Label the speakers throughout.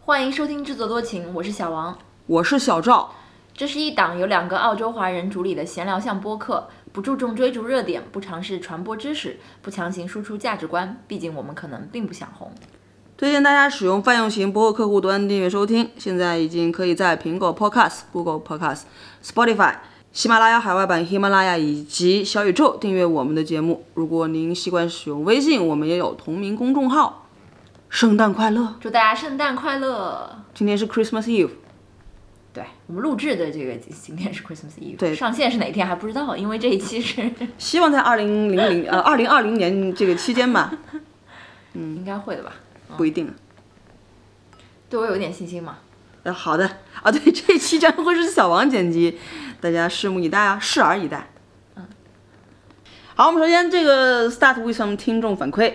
Speaker 1: 欢迎收听《自作多情》，我是小王。
Speaker 2: 我是小赵，
Speaker 1: 这是一档由两个澳洲华人主理的闲聊向播客，不注重追逐热点，不尝试传播知识，不强行输出价值观。毕竟我们可能并不想红。
Speaker 2: 推荐大家使用泛用型播客客户端订阅收听。现在已经可以在苹果 Podcast、Google Podcast、Spotify、喜马拉雅海外版喜马拉雅以及小宇宙订阅我们的节目。如果您习惯使用微信，我们也有同名公众号。圣诞快乐！
Speaker 1: 祝大家圣诞快乐！
Speaker 2: 今天是 Christmas Eve，
Speaker 1: 对我们录制的这个今天是 Christmas Eve，
Speaker 2: 对
Speaker 1: 上线是哪天还不知道，因为这一期是
Speaker 2: 希望在二零零零呃二零二零年这个期间吧，
Speaker 1: 应该会的吧？
Speaker 2: 不一定。
Speaker 1: 对我有一点信心嘛。
Speaker 2: 呃，好的 啊，对，这期将会是小王剪辑，大家拭目以待啊，拭而以待。好，我们首先这个 start with some 听众反馈，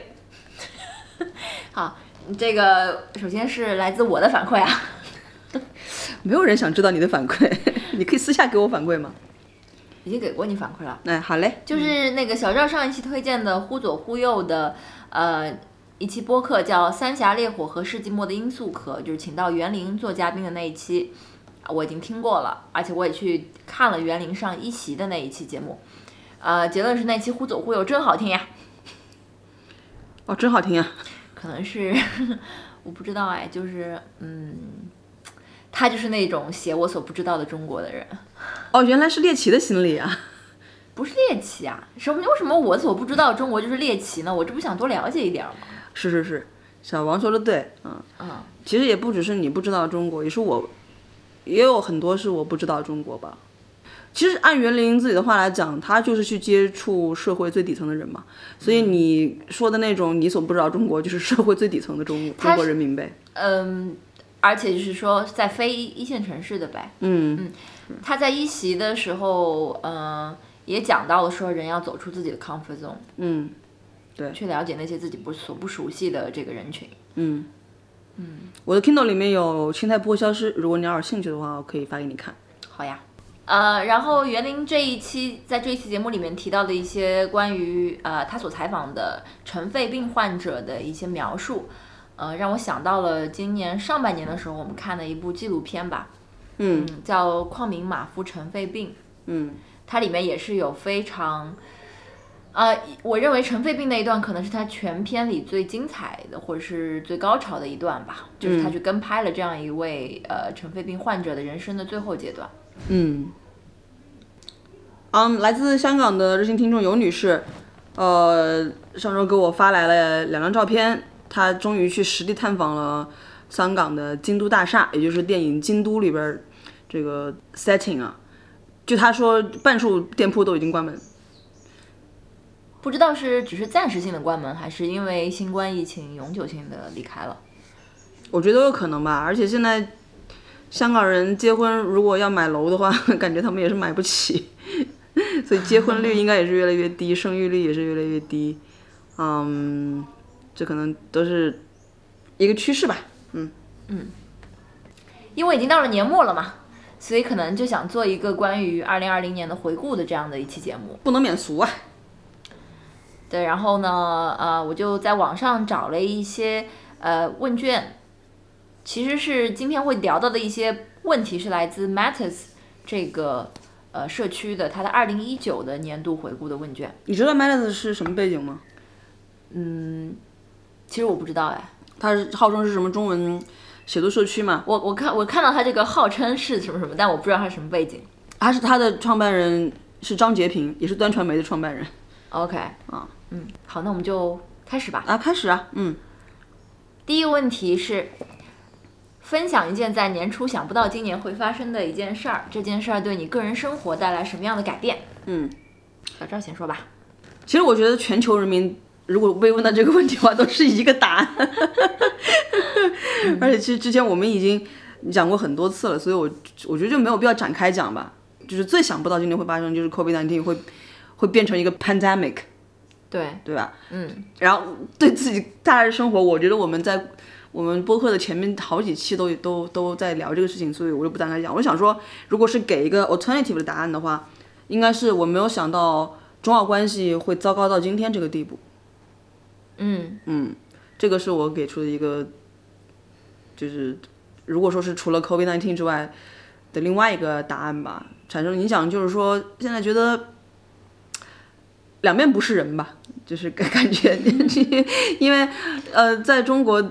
Speaker 1: 好，这个首先是来自我的反馈啊。
Speaker 2: 没有人想知道你的反馈， 你可以私下给我反馈吗？
Speaker 1: 已经给过你反馈了，
Speaker 2: 哎，好嘞，
Speaker 1: 就是那个小赵上一期推荐的《忽左忽右》的，呃，一期播客叫《三峡烈火和世纪末的罂粟壳》，就是请到袁林做嘉宾的那一期，我已经听过了，而且我也去看了袁林上一席的那一期节目，呃，结论是那期《忽左忽右》真好听呀，
Speaker 2: 哦，真好听啊，
Speaker 1: 可能是 我不知道哎，就是嗯，他就是那种写我所不知道的中国的人。
Speaker 2: 哦，原来是猎奇的心理啊，
Speaker 1: 不是猎奇啊，什么？为什么我所不知道中国就是猎奇呢？我这不想多了解一点儿吗？
Speaker 2: 是是是，小王说的对，嗯，
Speaker 1: 嗯，
Speaker 2: 其实也不只是你不知道中国，也是我，也有很多是我不知道中国吧。其实按袁林自己的话来讲，他就是去接触社会最底层的人嘛，所以你说的那种你所不知道中国，就是社会最底层的中中国人民呗。
Speaker 1: 嗯，而且就是说在非一线城市的呗，
Speaker 2: 嗯，
Speaker 1: 他在一席的时候，嗯、也讲到了说人要走出自己的 comfort zone，
Speaker 2: 嗯，对
Speaker 1: 去了解那些自己不所不熟悉的这个人群。
Speaker 2: 我的 Kindle 里面有《心态不会消失》，如果你要有兴趣的话，我可以发给你看。
Speaker 1: 好呀。呃，然后袁林这一期在这一期节目里面提到的一些关于呃他所采访的尘肺病患者的一些描述，呃，让我想到了今年上半年的时候我们看的一部纪录片吧，
Speaker 2: 嗯，
Speaker 1: 叫《矿民马夫尘肺病》，
Speaker 2: 嗯，
Speaker 1: 它里面也是有非常，呃，我认为尘肺病那一段可能是他全片里最精彩的，或者是最高潮的一段吧，就是他去跟拍了这样一位呃尘肺病患者的人生的最后阶段。
Speaker 2: 嗯，嗯，来自香港的热心听众尤女士，呃，上周给我发来了两张照片，她终于去实地探访了香港的京都大厦，也就是电影《京都》里边儿这个 setting 啊。就她说，半数店铺都已经关门，
Speaker 1: 不知道是只是暂时性的关门，还是因为新冠疫情永久性的离开了。
Speaker 2: 我觉得都有可能吧。而且现在香港人结婚如果要买楼的话， 感觉他们也是买不起， 所以结婚率应该也是越来越低，生育率也是越来越低。嗯，这可能都是一个趋势吧。
Speaker 1: 因为已经到了年末了嘛，所以可能就想做一个关于二零二零年的回顾的这样的一期节目。
Speaker 2: 不能免俗啊。
Speaker 1: 对，然后呢，呃，我就在网上找了一些呃问卷，其实是今天会聊到的一些问题是来自 Matters 这个呃社区的它的二零一九的年度回顾的问卷。
Speaker 2: 你知道 Madness 是什么背景吗？
Speaker 1: 其实我不知道哎，
Speaker 2: 它是号称是什么中文写作社区嘛？
Speaker 1: 我我看我看到它这个号称是什么什么，但我不知道它是什么背景。
Speaker 2: 它是它的创办人是张杰平，也是端传媒的创办人
Speaker 1: OK，
Speaker 2: 啊
Speaker 1: 嗯，好，那我们就开始吧。
Speaker 2: 啊。开始啊，嗯，
Speaker 1: 第一个问题是，分享一件在年初想不到今年会发生的一件事儿，这件事儿对你个人生活带来什么样的改变？
Speaker 2: 嗯，
Speaker 1: 小赵先说吧。
Speaker 2: 其实我觉得全球人民如果被问到这个问题的话，都是一个答案。 而且其实之前我们已经讲过很多次了，所以我我觉得就没有必要展开讲吧。就是最想不到今年会发生，就是 COVID 1 9会会变成一个 pandemic，
Speaker 1: 对，
Speaker 2: 对吧？
Speaker 1: 嗯，
Speaker 2: 然后对自己大家生活，我觉得我们在我们播客的前面好几期都都都在聊这个事情，所以我就不展开讲。我想说，如果是给一个 alternative 的答案的话，应该是我没有想到中澳关系会糟糕到今天这个地步。
Speaker 1: 嗯，
Speaker 2: 这个是我给出的一个，就是如果说是除了 COVID-19 之外的另外一个答案吧，产生影响就是说，现在觉得两面不是人吧，就是 感感觉，因为呃，在中国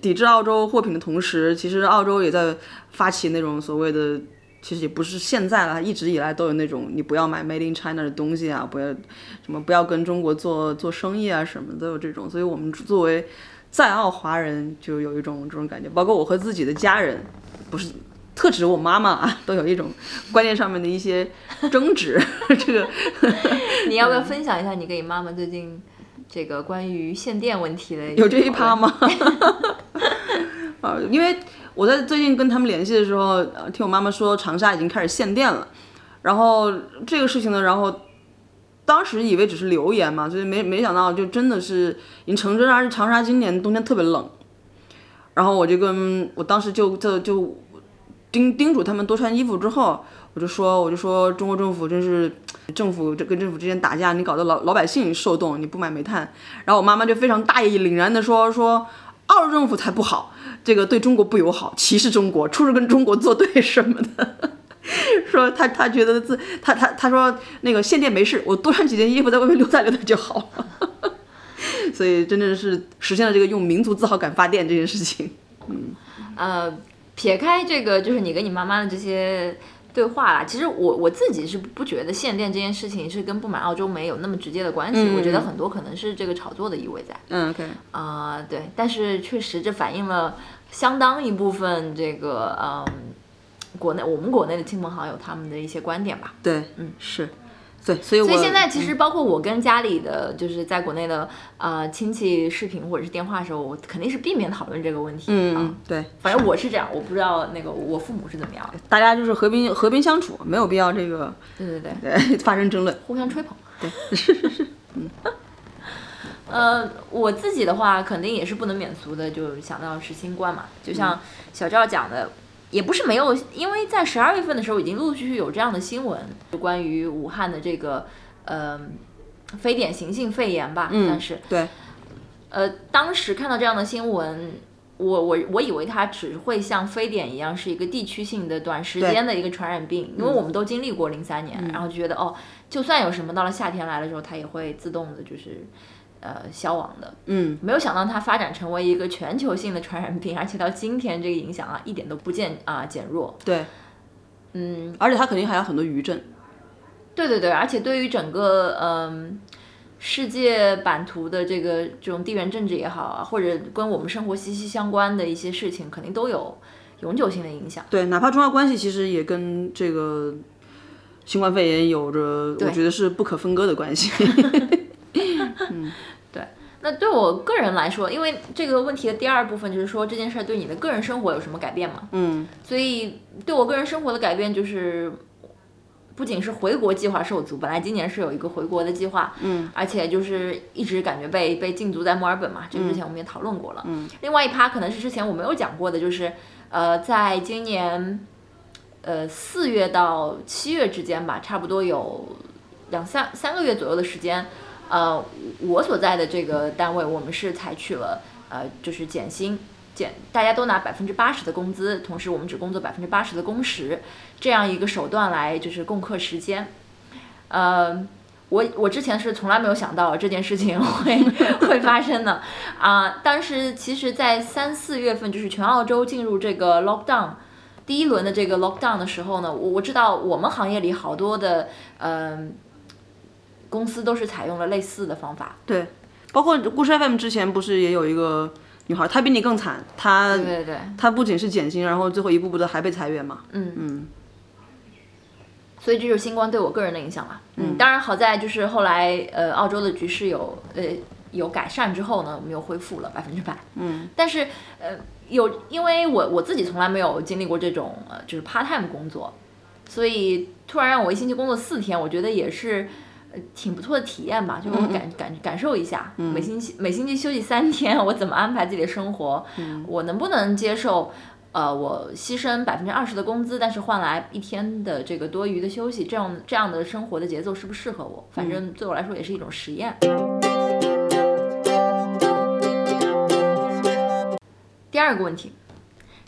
Speaker 2: 抵制澳洲货品的同时，其实澳洲也在发起那种所谓的。其实也不是现在了，一直以来都有那种你不要买 Made in China 的东西啊，不要什么不要跟中国做做生意啊，什么都有这种。所以我们作为在澳华人，就有一种这种感觉，包括我和自己的家人，不是特指我妈妈啊，都有一种观念上面的一些争执。这个
Speaker 1: 你要不要分享一下你跟你妈妈最近这个关于限电问题的？
Speaker 2: 有这一趴？吗？啊，因为我在最近跟他们联系的时候，呃听我妈妈说长沙已经开始限电了，然后这个事情呢，然后当时以为只是流言嘛，所以没没想到就真的是已经成真了，而且长沙今年冬天特别冷，然后我就跟我当时就就就叮叮嘱他们多穿衣服之后，我就说我就说中国政府真是政府这跟政府之间打架，你搞得老老百姓受冻，你不买煤炭，然后我妈妈就非常大义凛然的说说澳洲政府才不好，这个对中国不友好，歧视中国，处处跟中国作对 什么的。说她她觉得自她她她说那个限电没事，我多穿几件衣服在外面溜达溜达就好了。 所以真的是实现了这个用民族自豪感发电这件事情。
Speaker 1: 呃，撇开这个，就是你跟你妈妈的这些对话啦，其实我我自己是不觉得限电这件事情是跟不买澳洲煤有那么直接的关系，我觉得很多可能是这个炒作的意味在。
Speaker 2: 嗯，OK，
Speaker 1: 啊、对，但是确实这反映了相当一部分这个嗯，国内我们国内的亲朋好友他们的一些观点吧。
Speaker 2: 对，嗯，是，对，所以我
Speaker 1: 所以现在其实包括我跟家里的就是在国内的呃亲戚视频或者是电话的时候，我肯定是避免讨论这个问题。
Speaker 2: 嗯
Speaker 1: 啊
Speaker 2: 嗯，对，
Speaker 1: 反正我是这样，我不知道那个我父母是怎么样的。
Speaker 2: 大家就是和平和平相处，没有必要这个
Speaker 1: 对对对，
Speaker 2: 呃发生 争论。
Speaker 1: 互相吹捧。 嗯对， 呃，我自己的话，肯定也是不能免俗的，就想到是新冠嘛。就像小赵讲的，也不是没有，因为在十二月份的时候，已经陆陆续续有这样的新闻，就关于武汉的这个呃非典型性肺炎吧，算是。
Speaker 2: 对，
Speaker 1: 呃，当时看到这样的新闻，我我我以为它只会像非典一样是一个地区性的短时间的一个传染病，因为我们都经历过零三年，然后就觉得哦，就算有什么到了夏天来的时候，它也会自动的就是呃消亡的。
Speaker 2: 嗯，
Speaker 1: 没有想到它发展成为一个全球性的传染病，而且到今天这个影响啊一点都不见啊、减弱。
Speaker 2: 对，嗯，而且他肯定还有很多余震。
Speaker 1: 对对对，而且对于整个嗯、世界版图的这个这种地缘政治也好啊，或者跟我们生活息息相关的一些事情，肯定都有永久性的影响。
Speaker 2: 对，哪怕中澳关系其实也跟这个新冠肺炎有着，我觉得是不可分割的关系。
Speaker 1: 那对我个人来说，因为这个问题的第二部分就是说这件事儿对你的个人生活有什么改变嘛？
Speaker 2: 嗯，
Speaker 1: 所以对我个人生活的改变就是，不仅是回国计划受阻，本来今年是有一个回国的计划，嗯，而且就是一直感觉被被禁足在墨尔本嘛，这个之前我们也讨论过了，嗯，另外一趴可能是之前我没有讲过的，就是呃，在今年呃四月到七月之间吧，差不多有两三三个月左右的时间，呃，我所在的这个单位，我们是采取了呃，就是减薪，减大家都拿百分之八十的工资，同时我们只工作百分之八十的工时，这样一个手段来就是共克时间。呃，我我之前是从来没有想到这件事情 会会发生的啊、但是其实，在三四月份，就是全澳洲进入这个 lockdown。第一轮的这个 lockdown 的时候呢，我我知道我们行业里好多的嗯、公司都是采用了类似的方法，
Speaker 2: 对，包括故事 FM 之前不是也有一个女孩，她比你更惨，她
Speaker 1: 对对对，
Speaker 2: 她不仅是减薪，然后最后一步步的还被裁员嘛。
Speaker 1: 嗯
Speaker 2: 嗯，
Speaker 1: 所以这就是新冠对我个人的影响嘛。嗯，当然好在就是后来呃澳洲的局势有呃有改善之后呢，我们又恢复了百分之百。嗯，但是呃有因为我我自己从来没有经历过这种呃就是 part time 工作，所以突然让我一星期工作四天，我觉得也是。呃挺不错的体验吧，就是我感感感受一下，每星期每星期休息三天，我怎么安排自己的生活，我能不能接受呃，我牺牲百分之二十的工资，但是换来一天的这个多余的休息，这样这样的生活的节奏适不适合我？反正对我来说也是一种实验。第二个问题，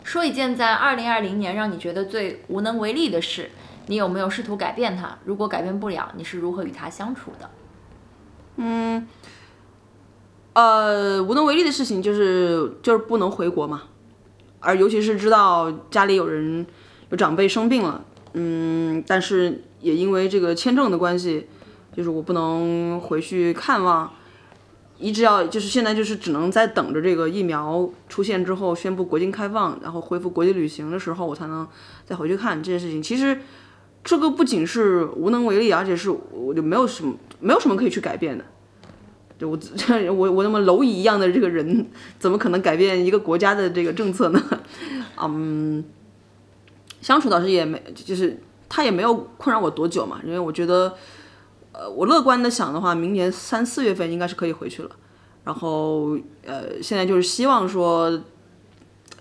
Speaker 1: 说一件在二零二零年让你觉得最无能为力的事，你有没有试图改变它？如果改变不了，你是如何与它相处的？
Speaker 2: 呃，无能为力的事情就是就是不能回国嘛，而尤其是知道家里有人有长辈生病了，嗯，但是也因为这个签证的关系，就是我不能回去看望，一直要就是现在就是只能在等着这个疫苗出现之后宣布国境开放，然后恢复国际旅行的时候，我才能再回去看这件事情。其实这个不仅是无能为力，啊而且是我就没有什么没有什么可以去改变的。就我这我我那么蝼蚁一样的这个人，怎么可能改变一个国家的这个政策呢？ 嗯，相处倒是也没，就是他也没有困扰我多久嘛，因为我觉得，呃，我乐观的想的话，明年三四月份应该是可以回去了。然后呃，现在就是希望说，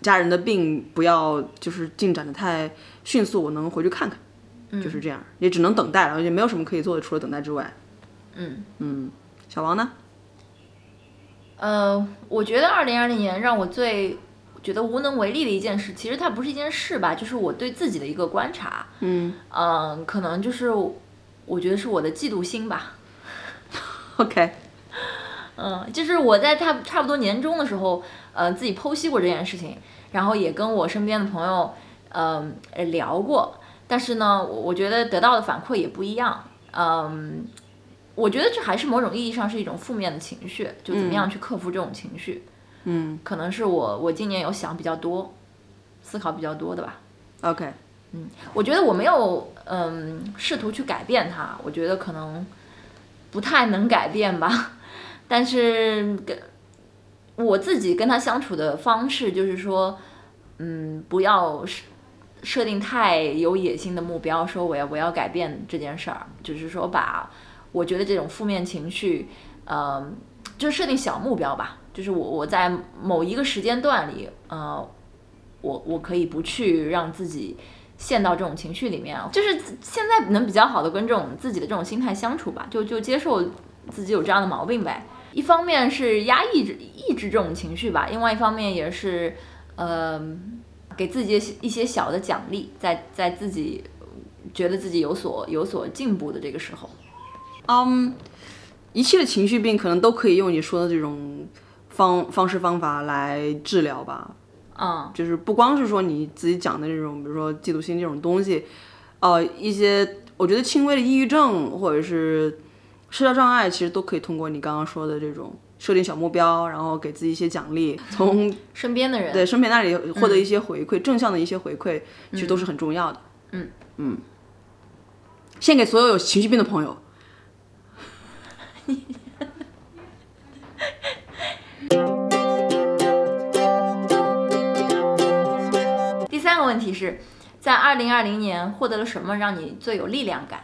Speaker 2: 家人的病不要就是进展的太迅速，我能回去看看，就是这样，也只能等待了，也没有什么可以做的，除了等待之外。
Speaker 1: 嗯
Speaker 2: 嗯，小王呢？
Speaker 1: 呃，我觉得二零二零年让我最觉得无能为力的一件事，其实它不是一件事吧，就是我对自己的一个观察。
Speaker 2: 嗯。
Speaker 1: 嗯、可能就是我觉得是我的嫉妒心吧。
Speaker 2: OK，
Speaker 1: 嗯，就是我在差差不多年中的时候，呃，自己剖析过这件事情，然后也跟我身边的朋友，嗯、呃，聊过。但是呢，我我觉得得到的反馈也不一样。嗯，我觉得这还是某种意义上是一种负面的情绪，就怎么样去克服这种情绪，
Speaker 2: 嗯
Speaker 1: 可能是我我今年有想比较多，思考比较多的吧。
Speaker 2: ，OK，
Speaker 1: 我觉得我没有嗯试图去改变它，我觉得可能不太能改变吧。但是跟我自己跟他相处的方式就是说，嗯，不要设设定太有野心的目标，说我要我要改变这件事儿，就是说把我觉得这种负面情绪，嗯，就设定小目标吧。就是我我在某一个时间段里，呃，我我可以不去让自己陷到这种情绪里面，啊就是现在能比较好的跟这种自己的这种心态相处吧，就就接受自己有这样的毛病呗。一方面是压抑着抑制这种情绪吧，另外一方面也是，呃，给自己一些小的奖励，在在自己觉得自己有所有所进步的这个时候，
Speaker 2: 嗯、一切的情绪病可能都可以用你说的这种方方式方法来治疗吧，
Speaker 1: 嗯
Speaker 2: 就是不光是说你自己讲的这种，比如说嫉妒心这种东西，呃，一些我觉得轻微的抑郁症或者是社交障碍，其实都可以通过你刚刚说的这种设定小目标，然后给自己一些奖励，从
Speaker 1: 身边的人
Speaker 2: 对身边那里获得一些回馈，正向的一些回馈，其实都是很重要的。
Speaker 1: 嗯
Speaker 2: 嗯，献给所有有情绪病的朋友。
Speaker 1: 第三个问题是在二零二零年获得了什么让你最有力量感？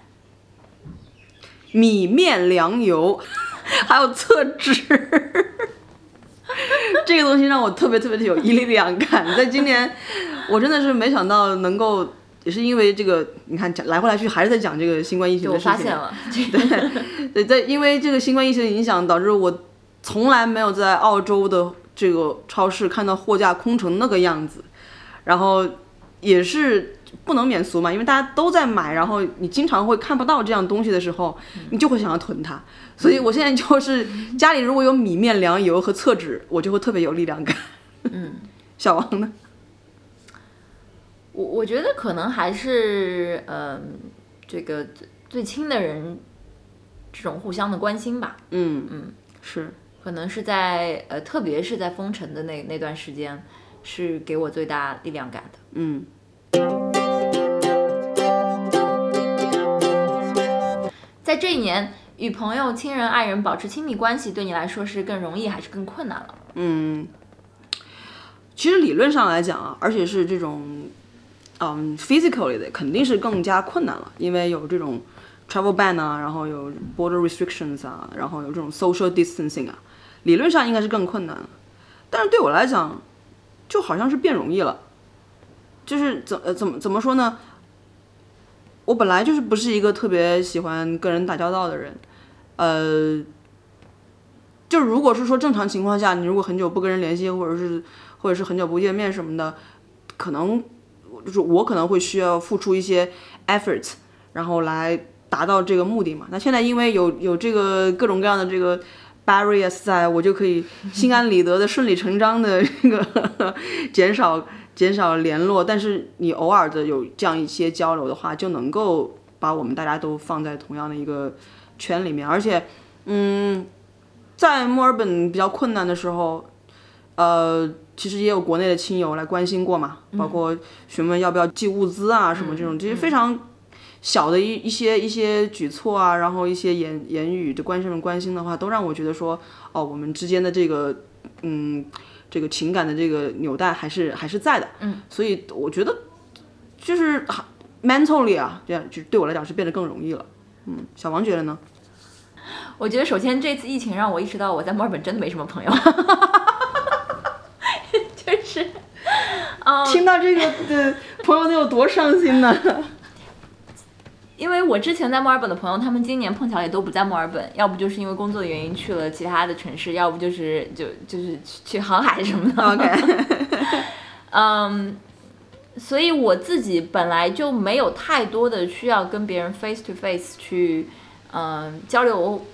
Speaker 2: 米面粮油， 还有厕纸， 这个东西让我特别特别的有力量感。在今年，我真的是没想到能够，也是因为这个，你看讲来回来去还是在讲这个新冠疫情
Speaker 1: 就
Speaker 2: 的
Speaker 1: 我
Speaker 2: 事情。
Speaker 1: 发现了，
Speaker 2: 对对，在因为这个新冠疫情的影响，导致我从来没有在澳洲的这个超市看到货架空成那个样子，然后也是不能免俗嘛，因为大家都在买，然后你经常会看不到这样东西的时候，你就会想要囤它。所以我现在就是家里如果有米面粮油和厕纸，我就会特别有力量感。
Speaker 1: 嗯。
Speaker 2: 小王呢？
Speaker 1: 我我觉得可能还是嗯、这个最最亲的人这种互相的关心吧，
Speaker 2: 嗯嗯，是
Speaker 1: 可能是在呃，特别是在封城的那那段时间，是给我最大力量感的。
Speaker 2: 嗯
Speaker 1: 在这一年，与朋友、亲人、爱人保持亲密关系，对你来说是更容易还是更困难了？
Speaker 2: 嗯，其实理论上来讲啊，而且是这种，嗯，physically 的，肯定是更加困难了，因为有这种 travel ban 啊，然后有 border restrictions 啊，然后有这种 social distancing 啊，理论上应该是更困难了。但是对我来讲，就好像是变容易了，就是怎呃怎么怎么说呢？我本来就是不是一个特别喜欢跟人打交道的人，呃，就是如果是说正常情况下，你如果很久不跟人联系，或者是或者是很久不见面什么的，可能就是我可能会需要付出一些 effort，然后来达到这个目的嘛。那现在因为有有这个各种各样的这个 barriers 在，我就可以心安理得的、顺理成章的这个 减少减少联络。但是你偶尔的有这样一些交流的话，就能够把我们大家都放在同样的一个圈里面，而且，嗯，在墨尔本比较困难的时候，呃，其实也有国内的亲友来关心过嘛，包括询问要不要寄物资啊什么这种，这些非常小的一一些一些举措啊，然后一些言言语的关心们关心的话，都让我觉得说，哦，我们之间的这个，嗯，这个情感的这个纽带还是还是在的，嗯，所以我觉得就是啊 mentally 啊，这样就对我来讲是变得更容易了。嗯，小王觉得呢？
Speaker 1: 我觉得首先这次疫情让我意识到我在墨尔本真的没什么朋友，就是
Speaker 2: 听到这 个的朋友得有多伤心呢？
Speaker 1: 因为我之前在墨尔本的朋友，他们今年碰巧也都不在墨尔本，要不就是因为工作的原因去了其他的城市，要不就是就就是去去航海什 么的。
Speaker 2: 啊 OK，
Speaker 1: 嗯，所以我自己本来就没有太多的需要跟别人 face to face 去嗯、交流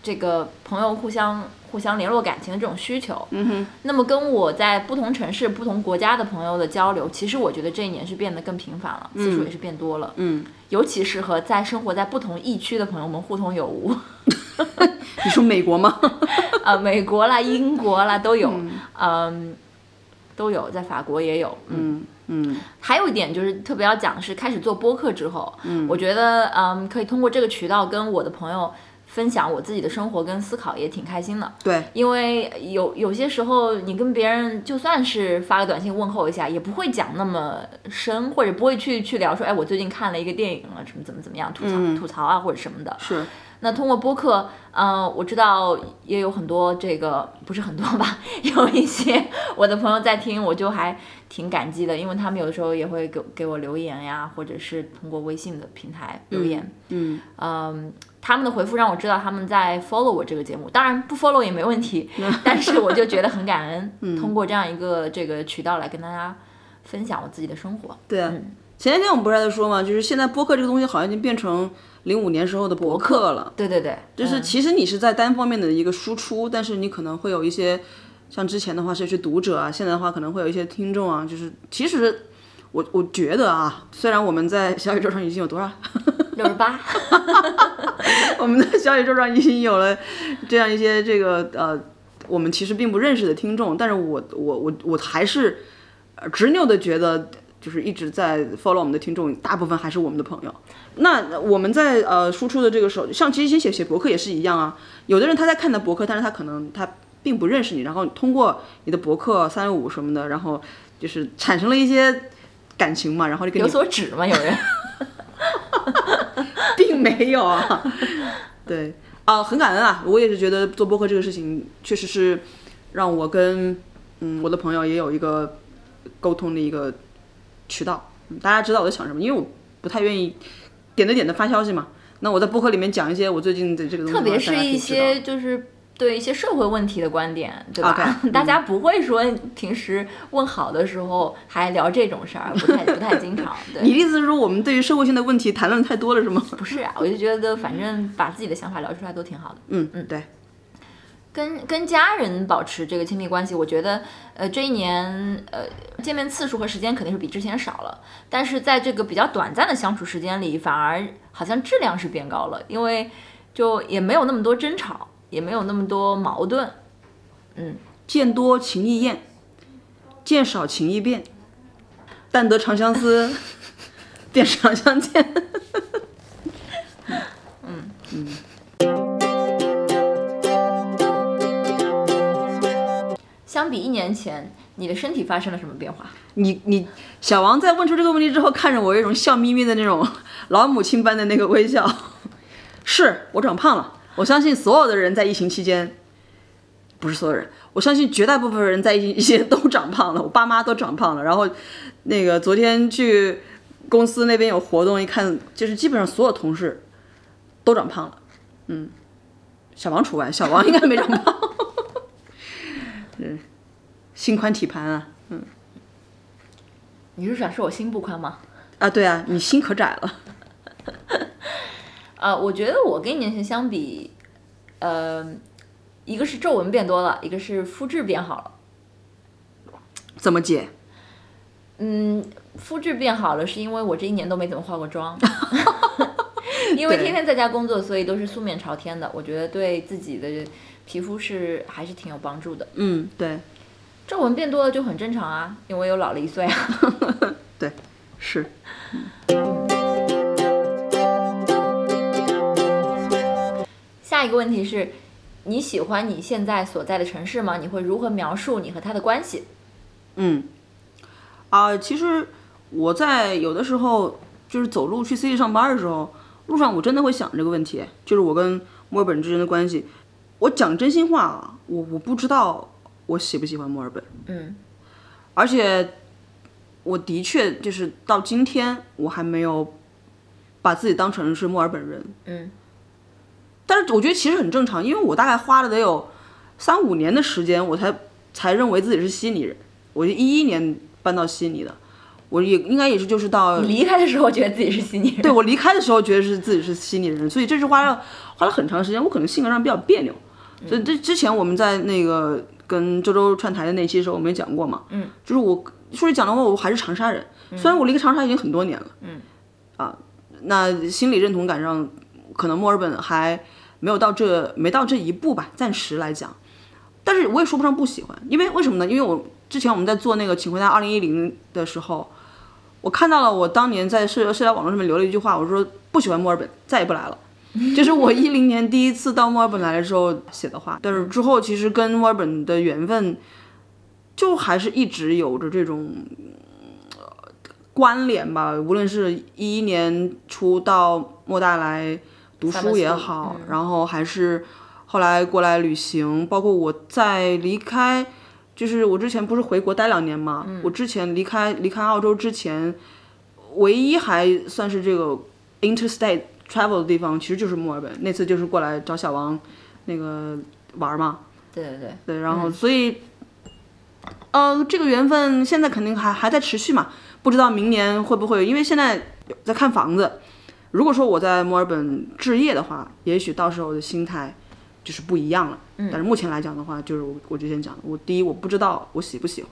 Speaker 1: 这个朋友互相互相联络感情的这种需求。嗯哼。那么跟我在不同城市、不同国家的朋友的交流，其实我觉得这一年是变得更频繁了，次数也是变多了。
Speaker 2: 嗯，
Speaker 1: 尤其是和在生活在不同疫区的朋友们互通有无。
Speaker 2: 你说美国吗？
Speaker 1: 啊，美国啦、英国啦都有，嗯。都有，在法国也有，嗯，
Speaker 2: 嗯嗯
Speaker 1: 还有一点就是特别要讲的是，开始做播客之后，嗯，我觉得嗯，可以通过这个渠道跟我的朋友分享我自己的生活跟思考，也挺开心的。
Speaker 2: 对，
Speaker 1: 因为有有些时候，你跟别人就算是发个短信问候一下，也不会讲那么深，或者不会去去聊说，哎，我最近看了一个电影啊，什么怎么怎么样，吐槽、吐槽啊，或者什么的。
Speaker 2: 是，
Speaker 1: 那通过播客，嗯、我知道也有很多这个不是很多吧， 有一些我的朋友在听，我就还挺感激的，因为他们有的时候也会给给我留言呀，或者是通过微信的平台留言，
Speaker 2: 嗯，
Speaker 1: 嗯，他们的回复让我知道他们在 follow 我这个节目，当然不 follow 也没问 题，但是我就觉得很感
Speaker 2: 嗯
Speaker 1: 恩，通过这样一个这个渠道来跟大家分享我自己的生活，嗯
Speaker 2: 对啊。前两天我们不是还在说嘛，就是现在播客这个东西好像已经变成零五年时候的博客了。
Speaker 1: 对对对，就
Speaker 2: 就是其实你是在单方面的一个输出，但是你可能会有一些，像之前的话是去读者啊，现在的话可能会有一些听众啊，就是其实我我觉得啊，虽然我们在小宇宙上已经有多少，
Speaker 1: 嗯六十 八，
Speaker 2: 我们在小宇宙上已经有了这样一些这个呃，我们其实并不认识的听众，但是我我我我还是呃执拗的觉得，就是一直在 follow 我们的听众，大部分还是我们的朋友。那我们在呃输出的这个时候，像其实写写博客也是一样啊，有的人他在看你的博客，但是他可能他并不认识你，然后通过你的博客三六五什么的，然后就是产生了一些感情嘛，然后就跟你
Speaker 1: 有所指吗？有人？
Speaker 2: 并没有啊。对啊、很感恩啊！我也是觉得做播客这个事情，确实是让我跟嗯我的朋友也有一个沟通的一个渠道。嗯大家知道我在想什么，因为我不太愿意点对点的发消息嘛。那我在播客里面讲一些我最近的这个东西，
Speaker 1: 特别是
Speaker 2: 大家可以
Speaker 1: 一
Speaker 2: 知道
Speaker 1: 些就是对一些社会问题的观点，对吧
Speaker 2: OK，嗯
Speaker 1: 大家不会说平时问好的时候还聊这种事儿，不 太不太经常。
Speaker 2: 你
Speaker 1: 对，
Speaker 2: 的意思是说我们对于社会性的问题谈论太多了是吗？
Speaker 1: 不是啊，我就觉得反正把自己的想法聊出来都挺好的。
Speaker 2: 嗯嗯，对，
Speaker 1: 跟跟家人保持这个亲密关系，我觉得，呃，这一年，呃，见面次数和时间肯定是比之前少了，但是在这个比较短暂的相处时间里，反而好像质量是变高了，因为就也没有那么多争吵，也没有那么多矛盾，
Speaker 2: 见多情易厌，见少情易变，但得长相思， 变长相见。
Speaker 1: 相比一年前，你的身体发生了什么变化？
Speaker 2: 你你小王在问出这个问题之后，看着我有一种笑眯眯的那种老母亲般的那个微笑。是我长胖了，我相信所有的人在疫情期间，不是所有人，我相信绝大部分人在疫情期间都长胖了，我爸妈都长胖了。然后那个昨天去公司那边有活动，一看就是基本上所有同事都长胖了，嗯，小王除外，小王应该没长胖， 嗯，心宽体盘啊。
Speaker 1: 你是想说我心不宽吗？
Speaker 2: 啊，对啊，你心可窄了。
Speaker 1: 呃，我觉得我跟你年前相比，呃，一个是皱纹变多了，一个是肤质变好了。
Speaker 2: 怎么解？
Speaker 1: 嗯，肤质变好了是因为我这一年都没怎么化过 妆，因为
Speaker 2: 对
Speaker 1: 天天在家工作，所以都是素面朝天的。我觉得对自己的皮肤是还是挺有帮助的。
Speaker 2: 嗯，对，
Speaker 1: 皱纹变多了就很正常啊，因为又老了一岁啊。
Speaker 2: 对，是。
Speaker 1: 下一个问题是，你喜欢你现在所在的城市吗？你会如何描述你和它的关系？
Speaker 2: 嗯，啊、其实我在有的时候就是走路去 C T 上班的时候，路上我真的会想这个问题，就是我跟墨尔本之间的关系。我讲真心话啊，我我不知道我喜不喜欢墨尔本，
Speaker 1: 嗯
Speaker 2: 而且我的确就是到今天我还没有把自己当成是墨尔本人，
Speaker 1: 嗯
Speaker 2: 但是我觉得其实很正常，因为我大概花了得有三五年的时间，我才才认为自己是悉尼人。我就一一年搬到悉尼的，我也应该也是就是到
Speaker 1: 你离开的时候觉得自己是悉尼人，
Speaker 2: 对我离开的时候觉得是自己是悉尼人，所以这是花了花了很长时间。我可能性格上比较别扭，所以这之前我们在那个跟周周串台的那期的时候，我们也讲过嘛，嗯，就是我说句讲的话，我还是长沙人，虽然我离开长沙已经很多年了，嗯，啊，那心理认同感上，可能墨尔本还没有到这没到这一步吧，暂时来讲，但是我也说不上不喜欢，因为为什么呢？因为我之前我们在做那个《请回答二零一零》的时候。我看到了，我当年在社社交网络上面留了一句话，我说不喜欢墨尔本，再也不来了。 这是我一零年第一次到墨尔本来的时候写的话，但是之后其实跟墨尔本的缘分，就还是一直有着这种呃关联吧。无论是一一年初到莫大来读书也
Speaker 1: Summer school，
Speaker 2: 好，然后还是后来过来旅行，包括我在离开，就是我之前不是回国待两年嘛，我之前离开离开澳洲之前，唯一还算是这个 interstate travel 的地方，其实就是墨尔本。那次就是过来找小王那个玩儿嘛，
Speaker 1: 对对对，
Speaker 2: 对，然后所以，呃，这个缘分现在肯定还还在持续嘛，不知道明年会不会有，因为现在有在看房子。如果说我在墨尔本置业的话，也许到时候我的心态就是不一样了。
Speaker 1: 嗯
Speaker 2: 但是目前来讲的话，就是我我之前讲的，我第一我不知道我喜不喜欢，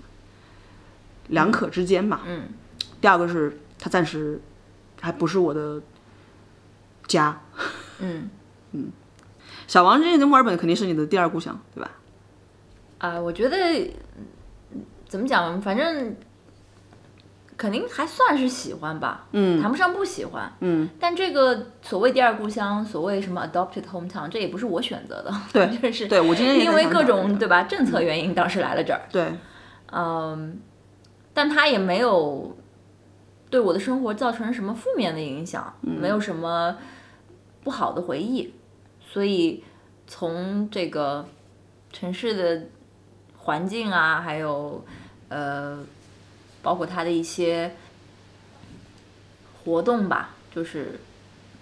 Speaker 2: 两可之间吧。
Speaker 1: 嗯。
Speaker 2: 第二个是它暂时还不是我的家。
Speaker 1: 嗯
Speaker 2: 小王，这个墨尔本肯定是你的第二故乡，对吧？
Speaker 1: 啊、我觉得嗯怎么讲，反正肯定还算是喜欢吧，
Speaker 2: 嗯
Speaker 1: 谈不上不喜欢。
Speaker 2: 嗯，
Speaker 1: 但这个所谓第二故乡，所谓什么 adopted hometown，这也不是我选择的，
Speaker 2: 对
Speaker 1: 就是
Speaker 2: 对我今天也在
Speaker 1: 因为
Speaker 2: 想
Speaker 1: 各
Speaker 2: 讲这
Speaker 1: 种
Speaker 2: 个
Speaker 1: 对吧政策原因，当时来了这儿，
Speaker 2: 对，
Speaker 1: 嗯，但他也没有对我的生活造成什么负面的影响，没有什么不好的回忆，所以从这个城市的环境啊，还有呃，包括它的一些活动吧，就是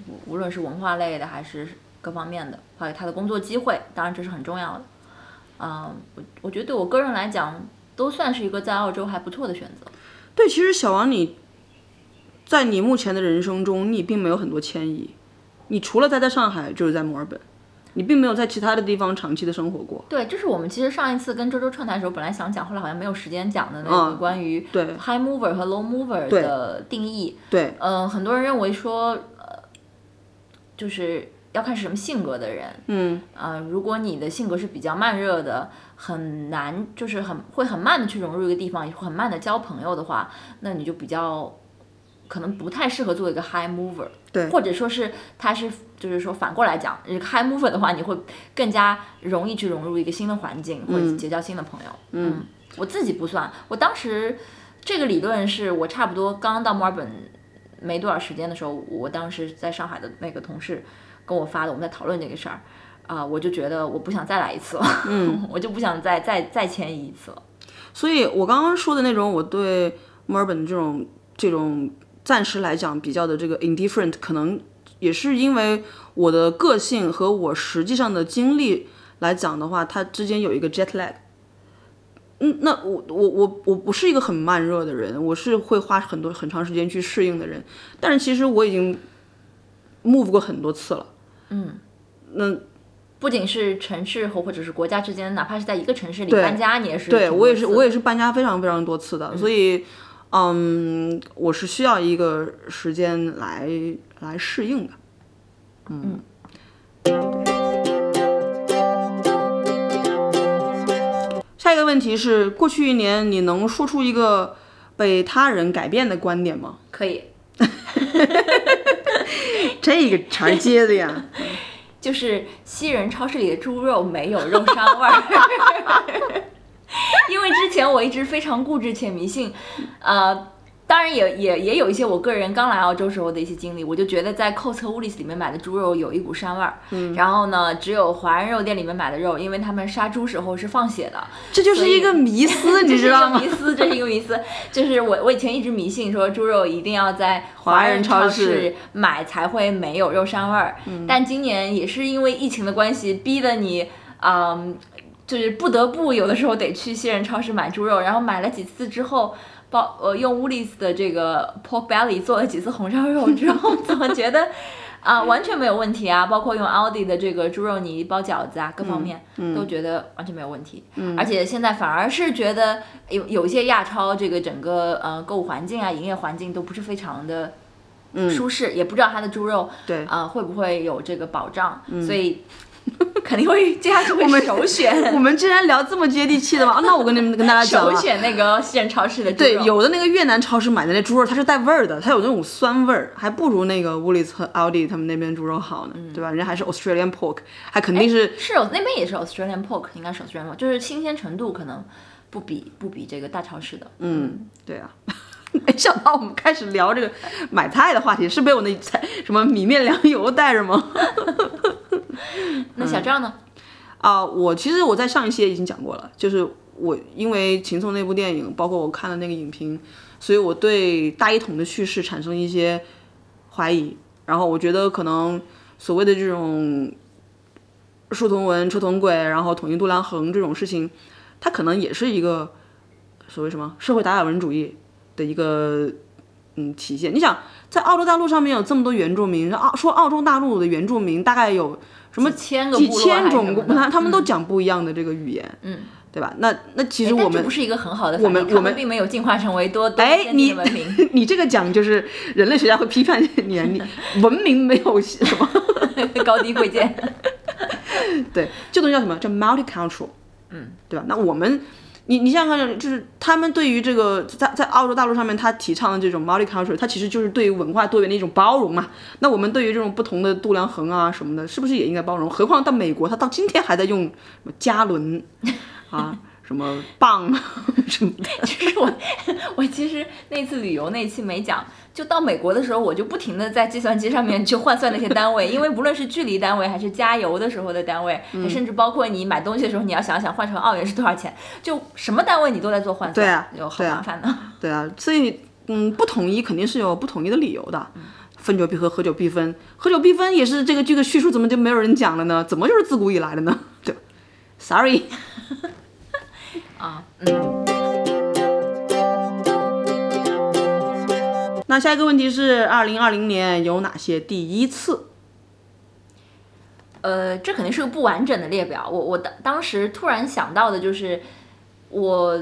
Speaker 1: 无无论是文化类的还是各方面的，还有它的工作机会，当然这是很重要的。嗯，我我觉得对我个人来讲，都算是一个在澳洲还不错的选择。
Speaker 2: 对，其实小王你，在你目前的人生中，你并没有很多迁移，你除了待在上海，就是在墨尔本，你并没有在其他的地方长期的生活过。
Speaker 1: 对，这是我们其实上一次跟周周串台的时候，本来想讲，后来好像没有时间讲的那个
Speaker 2: 嗯
Speaker 1: 关于
Speaker 2: 对
Speaker 1: high mover 和 low mover 的定义。
Speaker 2: 对，
Speaker 1: 嗯、很多人认为说，呃，就是要看是什么性格的人。
Speaker 2: 嗯
Speaker 1: 呃，如果你的性格是比较慢热的，很难就是很会很慢的去融入一个地方，也会很慢的交朋友的话，那你就比较可能不太适合做一个 high mover。
Speaker 2: 对
Speaker 1: 或者说是它是就是说反过来讲，这个 high mover 的话，你会更加容易去融入一个新的环境，或者结交新的朋友。嗯我自己不算，我当时这个理论是我差不多刚刚到墨尔本没多少时间的时候，我当时在上海的那个同事跟我发的，我们在讨论这个事儿。啊、我就觉得我不想再来一次了，嗯， 我就不想再再再迁移一次了。
Speaker 2: 所以我刚刚说的那种我对墨尔本这种这种暂时来讲比较的这个 indifferent，可能也是因为我的个性和我实际上的经历来讲的话，它之间有一个 jet lag。嗯，那我我我我不是一个很慢热的人，我是会花很多很长时间去适应的人。但是其实我已经 move 过很多次了。嗯，
Speaker 1: 不仅是城市和或者是国家之间，哪怕是在一个城市里
Speaker 2: 对
Speaker 1: 搬家，你也是
Speaker 2: 那对我也是我
Speaker 1: 也
Speaker 2: 也是搬家非常非常多次的，所以嗯，我是需要一个时间来来适应的。
Speaker 1: 嗯
Speaker 2: 嗯。下一个问题是，过去一年你能说出一个被他人改变的观点 吗？
Speaker 1: 可以，
Speaker 2: 这个茬儿接的呀，
Speaker 1: 就是西人超市里的猪肉没有肉膻味儿。 因为之前我一直非常固执且迷信，呃，当然也也也有一些我个人刚来澳洲时候的一些经历，我就觉得在 Coles 和 Woolies 里面买的猪肉有一股膻味儿，嗯，然后呢，只有华人肉店里面买的肉，因为他们杀猪时候是放血的，
Speaker 2: 这就是一个迷思， 你知道 吗
Speaker 1: 这？是一个迷思，这是一个迷思， 就是我我以前一直迷信说猪肉一定要在
Speaker 2: 华
Speaker 1: 华
Speaker 2: 人
Speaker 1: 人
Speaker 2: 超
Speaker 1: 超
Speaker 2: 市嗯
Speaker 1: 市买才会没有肉膻味儿。但今年也是因为疫情的关系，逼得你，嗯，就是不得不有的时候得去西人超市买猪肉，然后买了几次之后。包呃用 Woolies 的这个 pork belly 做了几次红烧肉之后， 怎么觉得啊、完全没有问题啊？包括用 Aldi 的这个猪肉泥包饺子啊，各方面、
Speaker 2: 嗯
Speaker 1: 都觉得完全没有问题。而且现在反而是觉得有有一些亚超这个整个呃购物环境啊、营业环境都不是非常的舒适，也不知道它的猪肉
Speaker 2: 嗯对嗯
Speaker 1: 啊、会不会有这个保障，所以 肯定会接下去会首
Speaker 2: 我
Speaker 1: 选呃
Speaker 2: 们竟然聊这么接地气的吗？啊那我跟你们跟大家讲
Speaker 1: 首
Speaker 2: 啊，
Speaker 1: 选那个西人超市的猪
Speaker 2: 对，
Speaker 1: 肉。
Speaker 2: 有的那个越南超市买的那猪肉，它是带味儿的，它有那种酸味儿，还不如那个 Woolies 和 Aldi 他们那边猪肉好呢，
Speaker 1: 嗯
Speaker 2: 对吧？人家还是 Australian pork，还肯定是
Speaker 1: 是有那边也是 Australian pork，应该是 Australian pork，就是新鲜程度可能不比不比这个大超市的。
Speaker 2: 嗯，对啊。 没想到我们开始聊这个买菜的话题，是被我那菜什么米面粮油带着吗？
Speaker 1: 那
Speaker 2: 嗯
Speaker 1: 小赵呢？
Speaker 2: 啊、我其实我在上一期也已经讲过了，就是我因为《秦颂》那部电影，包括我看了那个影评，所以我对大一统的叙事产生一些怀疑。然后我觉得可能所谓的这种树同文、车同轨，然后统一度量衡这种事情，它可能也是一个所谓什么社会达尔文主义的一个嗯体现。你想，在澳洲大陆上面有这么多原住民，澳说澳洲大陆的原住民大概有什么
Speaker 1: 几千个
Speaker 2: 几
Speaker 1: 部落还
Speaker 2: 千
Speaker 1: 是
Speaker 2: 种
Speaker 1: 什
Speaker 2: 部
Speaker 1: 么的嗯
Speaker 2: 他他们都讲不一样的这个语言，嗯，对吧？那那其实
Speaker 1: 哎但
Speaker 2: 我
Speaker 1: 这
Speaker 2: 们
Speaker 1: 不是一个很好的反
Speaker 2: 我
Speaker 1: 应，
Speaker 2: 们
Speaker 1: 他
Speaker 2: 我们
Speaker 1: 并没有进化成为多多
Speaker 2: 哎
Speaker 1: 先
Speaker 2: 你
Speaker 1: 进的文 明。
Speaker 2: 你这个讲就是人类学家会批判你，你 文明没有什么
Speaker 1: 高低贵贱。
Speaker 2: 对，这东西叫什么？叫 multicultural，嗯，对吧？那我们，你你想想看，就是他们对于这个在在澳洲大陆上面，他提倡的这种 multicultural，它其实就是对于文化多元的一种包容嘛。那我们对于这种不同的度量衡啊什么的，是不是也应该包容？何况到美国，他到今天还在用什么加仑啊，什么啊磅什么的，
Speaker 1: 就是我，我其实那次旅游那期没讲，就到美国的时候，我就不停的在计算机上面去换算那些单位，因为无论是距离单位，还是加油的时候的单位，
Speaker 2: 嗯
Speaker 1: 甚至包括你买东西的时候，你要想想换成澳元是多少钱，就什么单位你都在做换算，
Speaker 2: 对啊
Speaker 1: 就好
Speaker 2: 对啊
Speaker 1: 麻烦的。
Speaker 2: 对啊，所以嗯，不统一肯定是有不统一的理由的。分久必合，合久必分。合久必分也是这个这个叙述怎么就没有人讲了呢？怎么就是自古以来的呢？ 对吧，sorry。
Speaker 1: 啊，嗯，
Speaker 2: 那下一个问题是，二零二零年有哪些第一次？
Speaker 1: 呃，这肯定是个不完整的列表。我我当当时突然想到的就是，我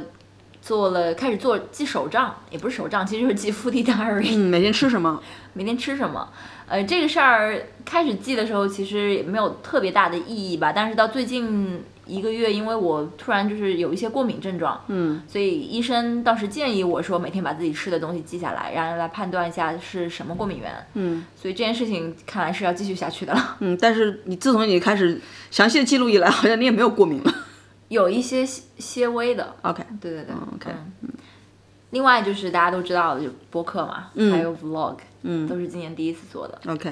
Speaker 1: 做了开始做记手账，也不是手账，其实就是记 foodie diary。
Speaker 2: 嗯，每天吃什么？
Speaker 1: 明天吃什么？呃，这个事儿开始记的时候其实也没有特别大的意义吧，但是到最近一个月，因为我突然就是有一些过敏症状，嗯，所以医生当时建议我说每天把自己吃的东西记下来，然后来判断一下是什么过敏源，嗯，所以这件事情看来是要继续下去的了。
Speaker 2: 嗯，但是你自从你开始详细的记录以来，好像你也没有过敏了。
Speaker 1: 有一些些些微的，
Speaker 2: OK，
Speaker 1: 对对对、
Speaker 2: 嗯，OK
Speaker 1: 嗯另外就是大家都知道的，就播客嘛，还有 vlog，嗯，都是今年第一次做的。
Speaker 2: OK，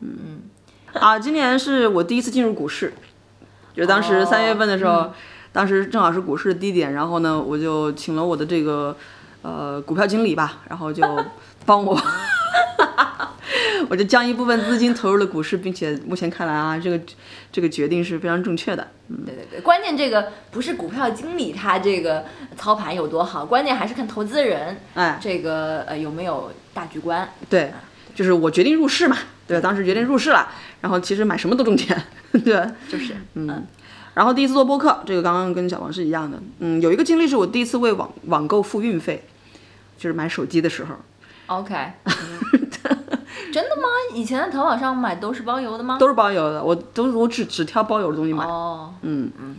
Speaker 2: 嗯啊，今年是我第一次进入股市，就当时
Speaker 1: 哦
Speaker 2: 三月份的时候，当时正好是股市的低点，然后呢，我就请了我的这个呃股票经理吧，然后就 帮我，我就将一部分资金投入了股市，并且目前看来啊，这个这个决定是非常正确的。
Speaker 1: 对对对，关键这个不是股票经理他这个操盘有多好，关键还是看投资人
Speaker 2: 哎，
Speaker 1: 这个呃有没有大局观。
Speaker 2: 对，就是我决定入市嘛，对吧？当时决定入市了，然后其实买什么都挣钱， 对吧？
Speaker 1: 就是，嗯，
Speaker 2: 然后第一次做播客，这个刚刚跟小王是一样的。嗯，有一个经历是我第一次为网网购付运费，就是买手机的时候。
Speaker 1: OK，真的吗？以前在淘宝上买都是包邮的吗？
Speaker 2: 都是包邮的，我都我只只挑包邮的东西买。嗯
Speaker 1: 哦，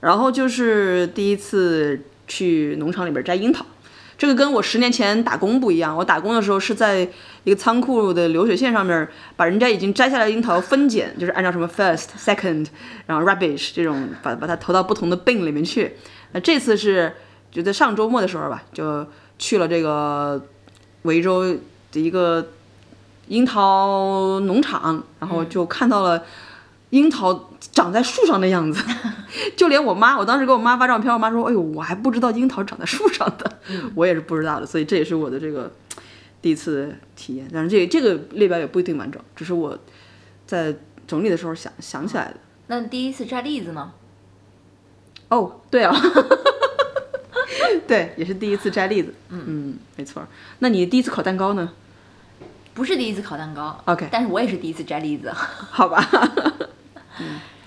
Speaker 2: 然后就是第一次去农场里边摘樱桃，这个跟我十年前打工不一样。我打工的时候是在一个仓库的流水线上面，把人家已经摘下来的樱桃分拣，就是按照什么 first、second，然后 rubbish 这种，把把它投到不同的 bin 里面去。那这次是就在上周末的时候吧，就去了这个维州的一个樱桃农场，然后就看到了樱桃长在树上的样子。就连我妈，我当时给我妈发照片，我妈说：“哎呦，我还不知道樱桃长在树上的， 我也是不知道的。”所以这也是我的这个第一次体验。但是这这个列表也不一定完整，只是我在整理的时候想想起来的。
Speaker 1: 那第一次摘栗子呢？
Speaker 2: 哦，对 啊，对，也是第一次摘栗子。嗯没错儿。那你第一次烤蛋糕呢？
Speaker 1: 不是第一次烤蛋糕
Speaker 2: OK
Speaker 1: 但是我也是第一次摘栗子。
Speaker 2: 好吧，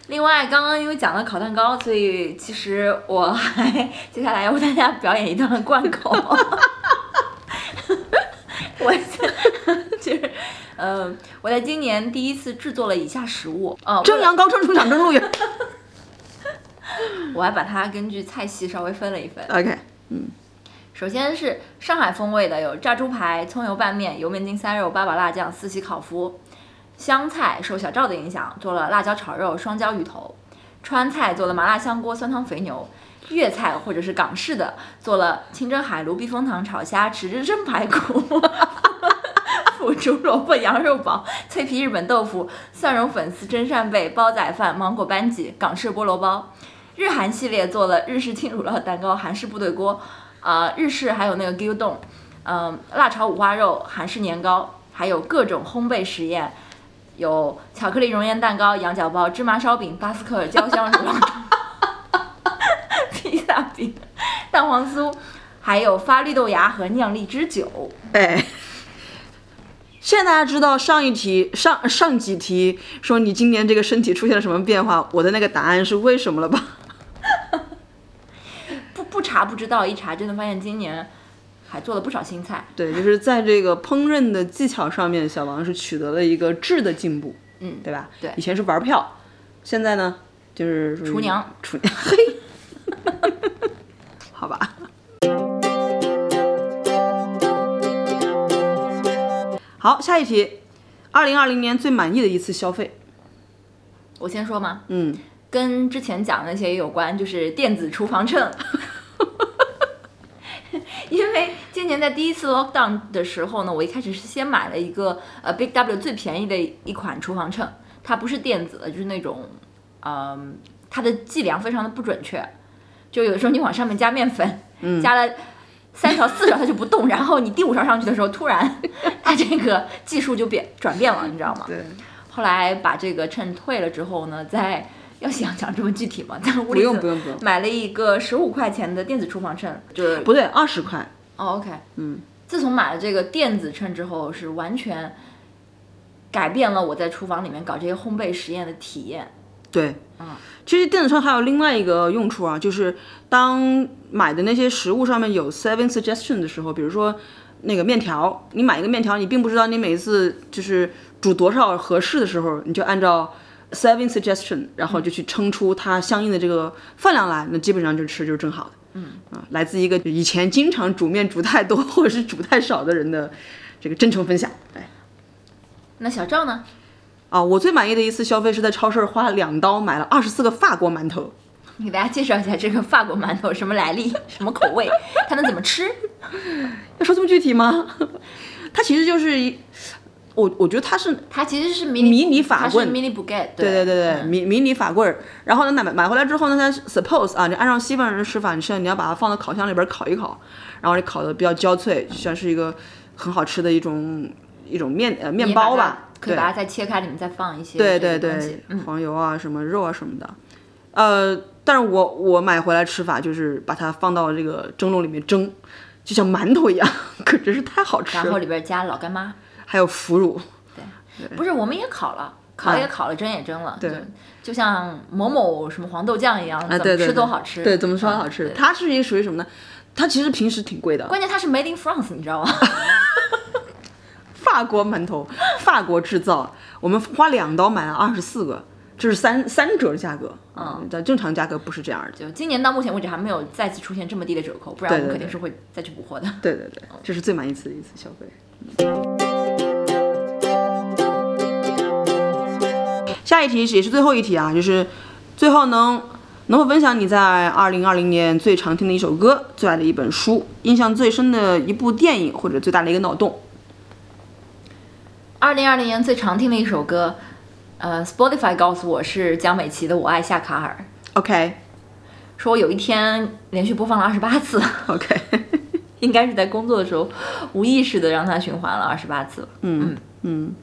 Speaker 1: 另外，刚刚因为讲了烤蛋糕，所以其实我还接下来要为大家表演一段贯口。我就是，嗯、我在今年第一次制作了以下食物 啊，
Speaker 2: 蒸羊羔、蒸猪掌、蒸鹿 眼。
Speaker 1: 我还把它根据菜系稍微分了一分。
Speaker 2: OK，
Speaker 1: 首先是上海风味的，有炸猪排、葱油拌面、油面筋塞肉、八宝辣酱、四喜烤麸。湘菜受小赵的影响，做了辣椒炒肉、双椒鱼头；川菜做了麻辣香锅、酸汤肥牛；粤菜或者是港式的做了清蒸海鲈、避风塘炒虾、豉汁蒸排骨、 腐竹萝卜羊肉煲、脆皮日本豆腐、蒜蓉粉丝蒸扇贝、煲仔饭、芒果班戟、港式菠萝包。日韩系列做了日式轻乳酪蛋糕、韩式部队锅，啊，日式还有那个 g i l d o n 嗯、辣炒五花肉、韩式年糕，还有各种烘焙实验，有巧克力熔岩蛋糕、羊角包、芝麻烧饼、巴斯克尔焦香乳酪、 披萨饼、蛋黄酥，还有发绿豆芽和酿荔枝酒。
Speaker 2: 哎，现在大家知道上一题上上几题说你今年这个身体出现了什么变化，我的那个答案是为什么了吧？
Speaker 1: 不不查不知道，一查真的发现今年还做了不少新菜。
Speaker 2: 对，就是在这个烹饪的技巧上面，小王是取得了一个质的进步，
Speaker 1: 嗯，
Speaker 2: 对吧？
Speaker 1: 对
Speaker 2: 以前是玩票，现在呢就是属于
Speaker 1: 厨娘，
Speaker 2: 厨 娘，嘿，好吧。好，下一题，二零二零年最满意的一次消费，
Speaker 1: 我先说吗？
Speaker 2: 嗯，
Speaker 1: 跟之前讲的那些也有关，就是电子厨房秤。 因为今年在第一次 lockdown 的时候呢，我一开始是先买了一个呃 Big W 最便宜的一款厨房秤，它不是电子的，就是那种，嗯、它的计量非常的不准确，就有的时候你往上面加面粉，加了三勺四勺它就不动，然后你第五勺上去的时候，突然它这个技术就变转变了，你知道吗？
Speaker 2: 对，
Speaker 1: 后来把这个秤退了之后呢，在要想讲这么具体吗？在 屋
Speaker 2: 不
Speaker 1: 里
Speaker 2: 用不用不用，
Speaker 1: 买了一个十五块钱的电子厨房秤，就是
Speaker 2: 不对，二十块，
Speaker 1: 哦，OK，
Speaker 2: 嗯，
Speaker 1: 自从买了这个电子秤之后，是完全改变了我在厨房里面搞这些烘焙实验的体验。
Speaker 2: 对，
Speaker 1: 嗯
Speaker 2: 其实电子秤还有另外一个用处啊，就是当买的那些食物上面有 seven suggestion 的时候，比如说那个面条，你买一个面条，你并不知道你每一次就是煮多少合适的时候，你就按照 seven suggestion，然后就去称出它相应的这个饭量来，那基本上就吃就是正好的。嗯啊，来自一个以前经常煮面煮太多或者是煮太少的人的这个真诚分享。对
Speaker 1: 那小赵呢？
Speaker 2: 啊，我最满意的一次消费是在超市花了两刀买了二十四个法国馒头。
Speaker 1: 你给大家介绍一下这个法国馒头什么来历、 什么口味，它能怎么吃？
Speaker 2: 要说这么具体吗？ 它其实就是一，我我觉得它是
Speaker 1: 它其实是迷你
Speaker 2: 迷你法
Speaker 1: 它是
Speaker 2: 棍
Speaker 1: 迷你 baguette，
Speaker 2: 对
Speaker 1: 对
Speaker 2: 对对对，迷迷你法棍儿。然后呢，买买回来之后呢，它 suppose 啊，你按照西方人的吃法，你是你要把它放到烤
Speaker 1: 嗯
Speaker 2: 箱里边烤一烤，然后你烤的比较焦脆，算是一个很好吃的一种一种面呃面
Speaker 1: 你把
Speaker 2: 包
Speaker 1: 它
Speaker 2: 吧，
Speaker 1: 可以
Speaker 2: 对
Speaker 1: 把它再切开，里面再放一些
Speaker 2: 对
Speaker 1: 这
Speaker 2: 对
Speaker 1: 个东西
Speaker 2: 对，
Speaker 1: 嗯，
Speaker 2: 黄油啊，什么肉啊什么的。呃，但是我我买回来吃法就是把它放到这个蒸笼里面蒸，就像馒头一样， 可真是太好吃
Speaker 1: 然后
Speaker 2: 了。
Speaker 1: 里边加老干妈，
Speaker 2: 还有腐乳，
Speaker 1: 不是，我们也烤
Speaker 2: 嗯
Speaker 1: 了。烤也烤了，蒸也蒸了，对就就像某某什么黄豆酱一样，怎
Speaker 2: 啊对
Speaker 1: 么
Speaker 2: 对
Speaker 1: 吃
Speaker 2: 对
Speaker 1: 都好吃。
Speaker 2: 对，怎么说
Speaker 1: 嗯
Speaker 2: 好吃？
Speaker 1: 对
Speaker 2: 它是一个属于什么呢？它其实平时挺贵的，
Speaker 1: 关键它是 made in France，你知 道吗？
Speaker 2: 法国馒头，法国制造，我们花两刀买了二十四个，这是三三折的价格啊，
Speaker 1: 嗯
Speaker 2: 但正常价格不是这样的。
Speaker 1: 就今年到目前为止还没有再次出现这么低的折扣，不然我
Speaker 2: 对
Speaker 1: 们
Speaker 2: 对
Speaker 1: 肯定是会再去补货的。
Speaker 2: 对对对，这是最满意次的一次消费。下一题是也是最后一题啊，就是最后能能否分享你在二零二零年最常听的一首歌、最爱的一本书、印象最深的一部电影或者最大的一个脑洞？
Speaker 1: 二零二零年最常听的一首歌，呃，Spotify 告诉我是江美琪的《我爱夏卡尔》，
Speaker 2: OK
Speaker 1: 说我有一天连续播放了二十八次，
Speaker 2: OK，
Speaker 1: 应该是在工作的时候无意识的让它循环了二十八次。
Speaker 2: 嗯嗯，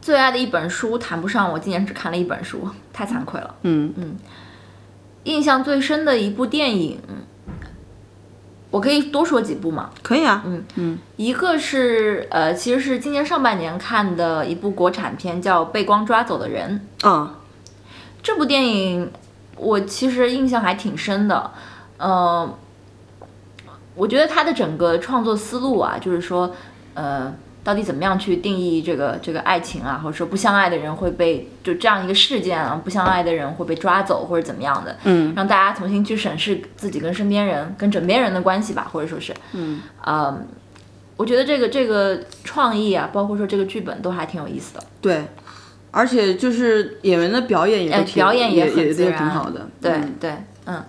Speaker 1: 最爱的一本书谈不上，我今年只看了一本书，太惭愧了。
Speaker 2: 嗯
Speaker 1: 印象最深的一部电影，我可以多说几部吗？
Speaker 2: 可以啊，嗯
Speaker 1: 一个是呃，其实是今年上半年看的一部国产片，叫《被光抓走的人》。
Speaker 2: 啊
Speaker 1: 这部电影我其实印象还挺深的，呃，我觉得他的整个创作思路啊，就是说，呃，到底怎么样去定义这个这个爱情啊，或者说不相爱的人会被就这样一个事件啊，不相爱的人会被抓走或者怎么样的，
Speaker 2: 嗯，
Speaker 1: 让大家重新去审视自己跟身边人、跟枕边人的关系吧，或者说是，嗯，呃，我觉得这个这个创意啊，包括说这个剧本都还挺有意思的。
Speaker 2: 对，而且就是演员的表演也都
Speaker 1: 呃
Speaker 2: 挺
Speaker 1: 表演
Speaker 2: 也
Speaker 1: 也很
Speaker 2: 也
Speaker 1: 自
Speaker 2: 都
Speaker 1: 然
Speaker 2: 挺好的，
Speaker 1: 对、
Speaker 2: 嗯
Speaker 1: 对，嗯，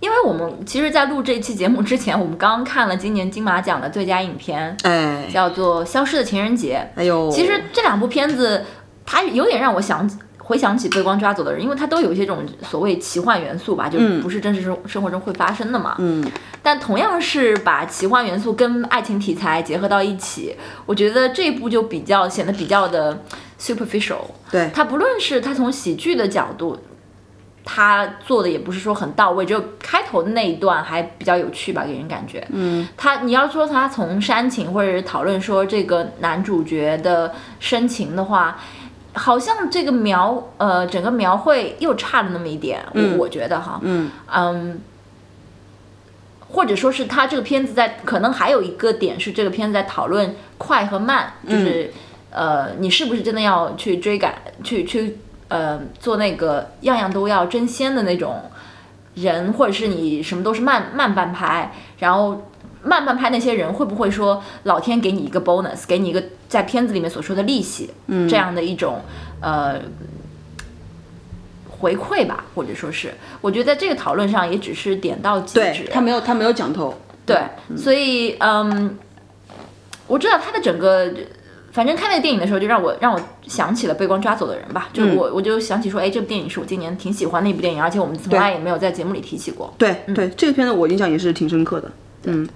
Speaker 1: 因为我们其实，在录这期节目之前，我们刚看了今年金马奖的最佳影片，
Speaker 2: 哎，
Speaker 1: 叫做《消失的情人节
Speaker 2: 哎呦，》。
Speaker 1: 其实这两部片子，它有点让我想起回想起《被光抓走的人》，因为它都有一些这种所谓奇幻元素吧，就
Speaker 2: 嗯
Speaker 1: 不是真实生生活中会发生的嘛。
Speaker 2: 嗯，
Speaker 1: 但同样是把奇幻元素跟爱情题材结合到一起，我觉得这一部就比较显得比较的 superficial。
Speaker 2: 对
Speaker 1: 他不论是他从喜剧的角度，他做的也不是说很到位，只有开头的那一段还比较有趣吧，给人感觉。嗯，他你要说他从煽情或者是讨论说这个男主角的深情的话。好像这个描呃整个描绘又差了那么一点，我、我觉得哈，
Speaker 2: 嗯
Speaker 1: 嗯，或者说是他这个片子在可能还有一个点是这个片子在讨论快和慢，
Speaker 2: 嗯
Speaker 1: 就是、呃，你是不是真的要去追赶，去去呃做那个样样都要争先的那种人，或者是你什么都是慢慢半拍，然后。慢半拍那些人会不会说老天给你一个 bonus，给你一个在片子里面所说的利息，嗯、这样的一种呃回馈吧，或者说是，我觉得在这个讨论上也只是点到即止
Speaker 2: 对，他没有他没有讲透，
Speaker 1: 对，所以嗯，我知道他的整个，反正看那个电影的时候，就让我让我想起了《被光抓走的人》吧，就我、我就想起说，哎，这部电影是我今年挺喜欢的一部电影，而且我们从来也没有在节目里提起过。
Speaker 2: 对对，这个片子我印象也是挺深刻的。嗯，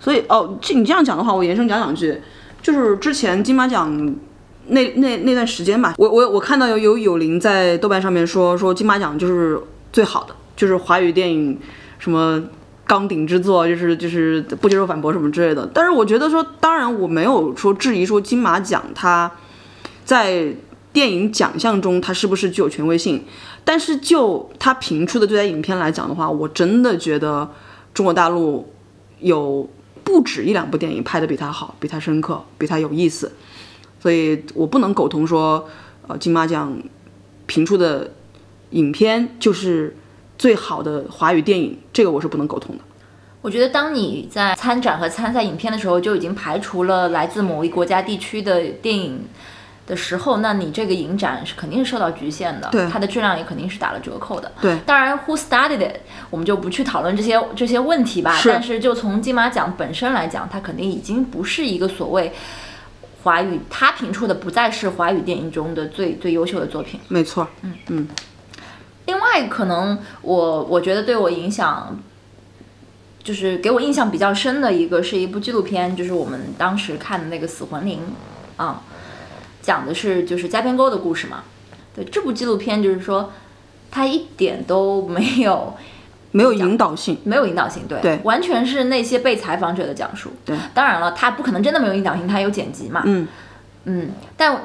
Speaker 2: 所以哦，这你这样讲的话，我延伸讲两句，就是之前金马奖那那那段时间吧，我我我看到有有有林在豆瓣上面说说金马奖就是最好的，就是华语电影什么。钢鼎之作就是就是不接受反驳什么之类的，但是我觉得说，当然我没有说质疑说金马奖它在电影奖项中它是不是具有权威性，但是就他评出的最佳影片来讲的话，我真的觉得中国大陆有不止一两部电影拍的比他好，比他深刻，比他有意思，所以我不能苟同说，呃，金马奖评出的影片就是最好的华语电影，这个我是不能苟同的。
Speaker 1: 我觉得当你在参展和参赛影片的时候，就已经排除了来自某一国家地区的电影。的时候，那你这个影展是肯定是受到局限的，
Speaker 2: 对
Speaker 1: 它的质量也肯定是打了折扣的。
Speaker 2: 对
Speaker 1: 当然，Who studied it，我们就不去讨论这些这些问题吧。
Speaker 2: 是
Speaker 1: 但是就从金马奖本身来讲，它肯定已经不是一个所谓华语，它评出的不再是华语电影中的最最优秀的作品。
Speaker 2: 没错，嗯嗯
Speaker 1: 另外，可能我我觉得对我影响就是给我印象比较深的一个是一部纪录片，就是我们当时看的那个《死魂灵》，啊、讲的是就是加边沟的故事嘛。对，这部纪录片就是说，它一点都没有
Speaker 2: 没有引导性，
Speaker 1: 没有引导性，对，
Speaker 2: 对
Speaker 1: 完全是那些被采访者的讲述。
Speaker 2: 对，
Speaker 1: 当然了，它不可能真的没有引导性，它有剪辑嘛。
Speaker 2: 嗯
Speaker 1: 嗯，但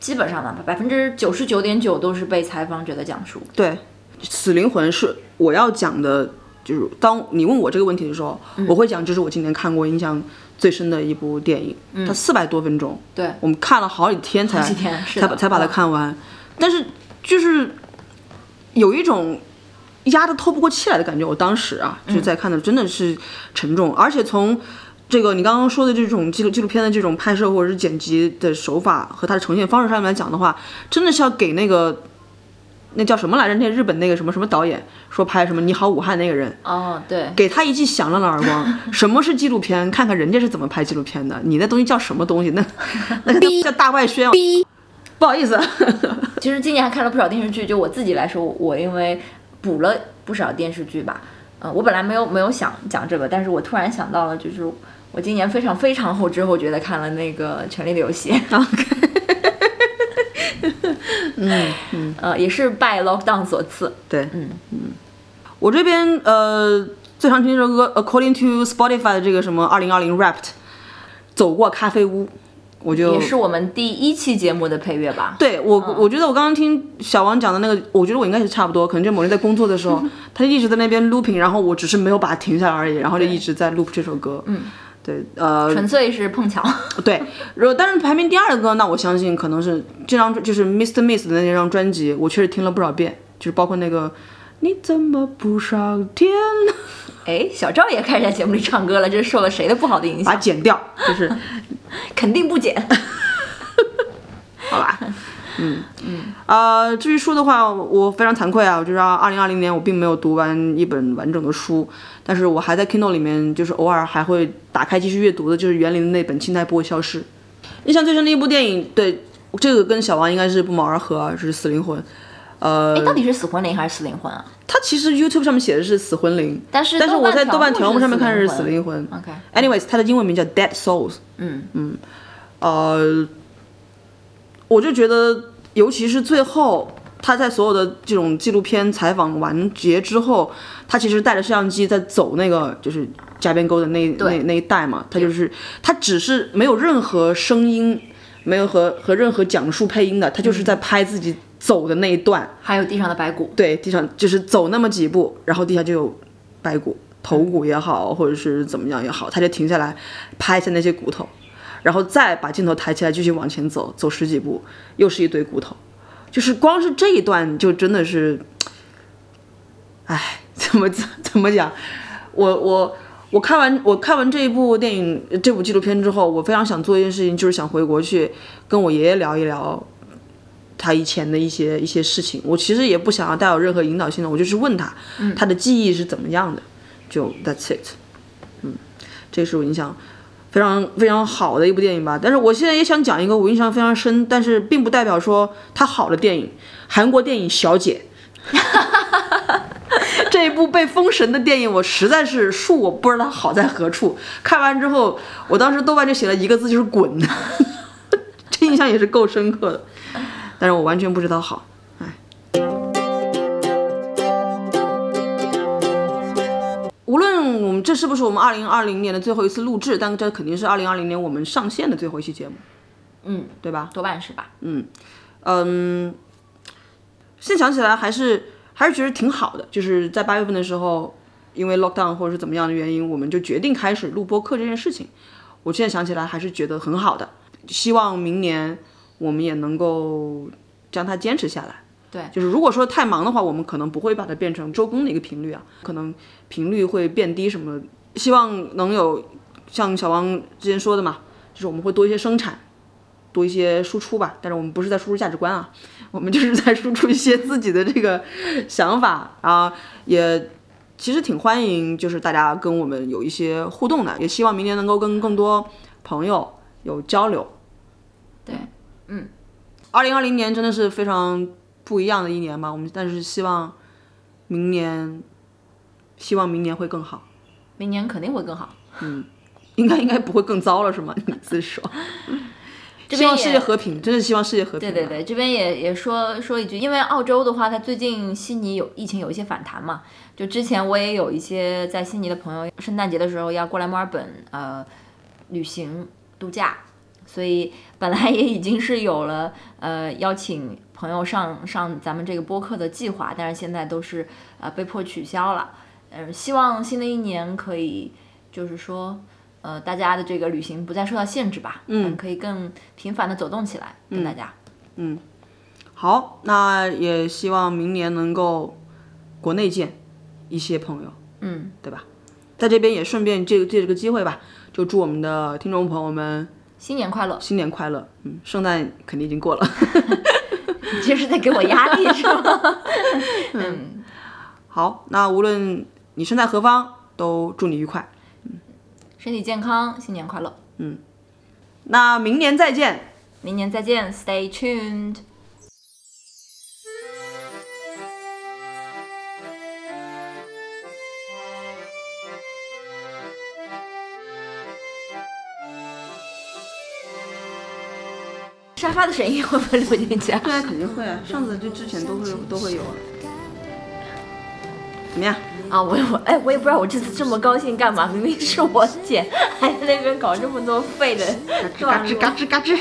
Speaker 1: 基本上呢，百分之九十九点九都是被采访者的讲述。
Speaker 2: 对，《死灵魂》是我要讲的，就是当你问我这个问题的时候，我会讲这是我今年看过印象最深的一部电影，它四百多分钟，
Speaker 1: 对，
Speaker 2: 我们看了好几天才
Speaker 1: 好几天是
Speaker 2: 才
Speaker 1: 的
Speaker 2: 把才把它
Speaker 1: 嗯
Speaker 2: 看完，但是就是有一种压得透不过气来的感觉。我当时啊，
Speaker 1: 嗯
Speaker 2: 就是在看的真的是沉重，而且从这个你刚刚说的这种纪录纪录片的这种拍摄或者是剪辑的手法和它的呈现方式上面来讲的话，真的是要给那个那叫什么来着？那日本那个什么什么导演说拍什么《你好，武汉》那个人，
Speaker 1: 哦，对，
Speaker 2: 给他一记响亮的耳 光。什么是纪录片？看看人家是怎么拍纪录片的，你那东西叫什么东西？ 那那个叫大外宣。哦不好意 思，
Speaker 1: 其实今年还看了不少电视剧，就我自己来说，我因为补了不少电视剧吧，呃，我本来没有没有想讲这个，但是我突然想到了，就是我今年非常非常后知后觉的看了那个《权力的游戏》
Speaker 2: 哦
Speaker 1: 嗯，呃，也是拜 lockdown 所赐，
Speaker 2: 对，嗯我这边呃最常听这首歌，According to Spotify 的这个什么二零二零 Wrapped，走过咖啡屋，我就
Speaker 1: 也是我们第一期节目的配乐吧。
Speaker 2: 对我，我觉得我刚刚听小王讲的那个，我觉得我应该是差不多，可能就某天在工作的时候，他就一直在那边 looping，然后我只是没有把它停下来而已，然后就一直在 loop 这首歌。嗯，对，呃，
Speaker 1: 纯粹是碰巧，
Speaker 2: 对，然后但是排名第二的歌，那我相信可能是这张就是 Mr. Miss 的那张专辑，我确实听了不少遍，就是包括那个你怎么不上天，
Speaker 1: 哎，小赵也开始在节目里唱歌了，这是受了谁的不好的影
Speaker 2: 把
Speaker 1: 响？
Speaker 2: 它剪掉，就是
Speaker 1: 肯定不减。
Speaker 2: 好吧。嗯嗯，呃，至于书的话，我非常惭愧啊，我就是二零二零年我并没有读完一本完整的书，但是我还在 Kindle 里面，就是偶尔还会打开继续阅读的，就是园林的那本《青苔不会消失》。印象最深的一部电影，对这个跟小王应该是不谋而合啊，就是《死灵魂》。呃，
Speaker 1: 哎到底是死魂灵还是死灵魂啊？
Speaker 2: 它其实 YouTube 上面写的是死魂灵，
Speaker 1: 但是
Speaker 2: 但是我在豆
Speaker 1: 豆
Speaker 2: 瓣
Speaker 1: 瓣
Speaker 2: 条
Speaker 1: 条
Speaker 2: 目
Speaker 1: 目
Speaker 2: 上面看是
Speaker 1: 是
Speaker 2: 死
Speaker 1: 死
Speaker 2: 灵
Speaker 1: 灵
Speaker 2: 魂。
Speaker 1: OK，
Speaker 2: Anyways，它的英文名叫 Dead Souls。
Speaker 1: 嗯
Speaker 2: 嗯，呃，我就觉得，尤其是最后他在所有的这种纪录片采访完结之后，他其实带着摄像机在走那个就是加边沟的那那那一带嘛，他就是他只是没有任何声音，没有和和任何讲述配音的，他就是在拍自己走的那一段。
Speaker 1: 还有地上的白骨，
Speaker 2: 对，地上就是走那么几步，然后地下就有白骨、头骨也好，或者是怎么样也好，他就停下来拍一下那些骨头，然后再把镜头抬起来继续往前走，走十几步，又是一堆骨头，就是光是这一段就真的是，哎，怎么怎怎么讲？我我我看完我看完这一部电影这部纪录片之后，我非常想做一件事情，就是想回国去跟我爷爷聊一聊他以前的一些一些事情。我其实也不想要带有任何引导性的，我就是问他、他的记忆是怎么样的，就 that's it。嗯，这是我印象非常非常好的一部电影吧。但是我现在也想讲一个我印象非常深，但是并不代表说它好的电影，韩国电影《小姐》。这一部被封神的电影，我实在是恕我不知道它好在何处。看完之后，我当时豆瓣就写了一个字，就是“滚”， 这印象也是够深刻的。但是我完全不知道好。哎，无论我们这是不是我们二零二零年的最后一次录制，但这肯定是二零二零年我们上线的最后一期节目，
Speaker 1: 嗯，
Speaker 2: 对吧？
Speaker 1: 多半是吧？
Speaker 2: 嗯，现在想起来还是还是觉得挺好的，就是在八月份的时候，因为 lockdown 或者是怎么样的原因，我们就决定开始录播课这件事情。我现在想起来还是觉得很好的，希望明年我们也能够将它坚持下来。
Speaker 1: 对，
Speaker 2: 就是如果说太忙的话，我们可能不会把它变成周更的一个频率啊，可能频率会变低什么的。希望能有像小王之前说的嘛，就是我们会多一些生产，多一些输出吧。但是我们不是在输出价值观啊， 我们就是在输出一些自己的这个想法啊，也。其实挺欢迎，就是大家跟我们有一些互动的，也希望明年能够跟更多朋友有交流。
Speaker 1: 对，
Speaker 2: 二零二零年真的是非常不一样的一年吧。我们但是希望明年，希望明年会更好。
Speaker 1: 明年肯定会更好。
Speaker 2: 应该应该不会更糟了是吗？ 你自己说，
Speaker 1: 这
Speaker 2: 希
Speaker 1: 边
Speaker 2: 望
Speaker 1: 也
Speaker 2: 世界和平，真的希望世界和平啊
Speaker 1: 对
Speaker 2: 吧。
Speaker 1: 对对，这边也也说说一句，因为澳洲的话，它最近悉尼有疫情有一些反弹嘛，就之前我也有一些在悉尼的朋友，圣诞节的时候要过来墨尔本呃旅行度假，所以本来也已经是有了呃邀请朋友上上咱们这个播客的计划，但是现在都是呃被迫取消了。嗯、希望新的一年可以就是说。呃，大家的这个旅行不再受到限制吧，嗯，可以更频繁的走动起来，
Speaker 2: 嗯
Speaker 1: 跟大家。
Speaker 2: 好，那也希望明年能够国内见一些朋友，嗯，对吧？在这边也顺便借借这个机会吧，就祝我们的听众朋友们
Speaker 1: 新年快乐！
Speaker 2: 新年快乐，嗯，圣诞肯定已经过了。
Speaker 1: 你这是在给我压力是 吗？
Speaker 2: 好，那无论你身在何方，都祝你愉快。
Speaker 1: 身体健康，新年快乐！
Speaker 2: 那明年再见。
Speaker 1: 明年再见，Stay tuned。沙发的声音会不会录进去啊？
Speaker 2: 对啊，肯定会啊，上次就之前都会都会有啊。怎么样？
Speaker 1: 啊，我我哎，我也不知道我这次这么高兴干嘛，明明是我姐，还在那边搞这么多废的
Speaker 2: 嘎
Speaker 1: 段
Speaker 2: 吱
Speaker 1: 落。
Speaker 2: 嘎吱嘎吱。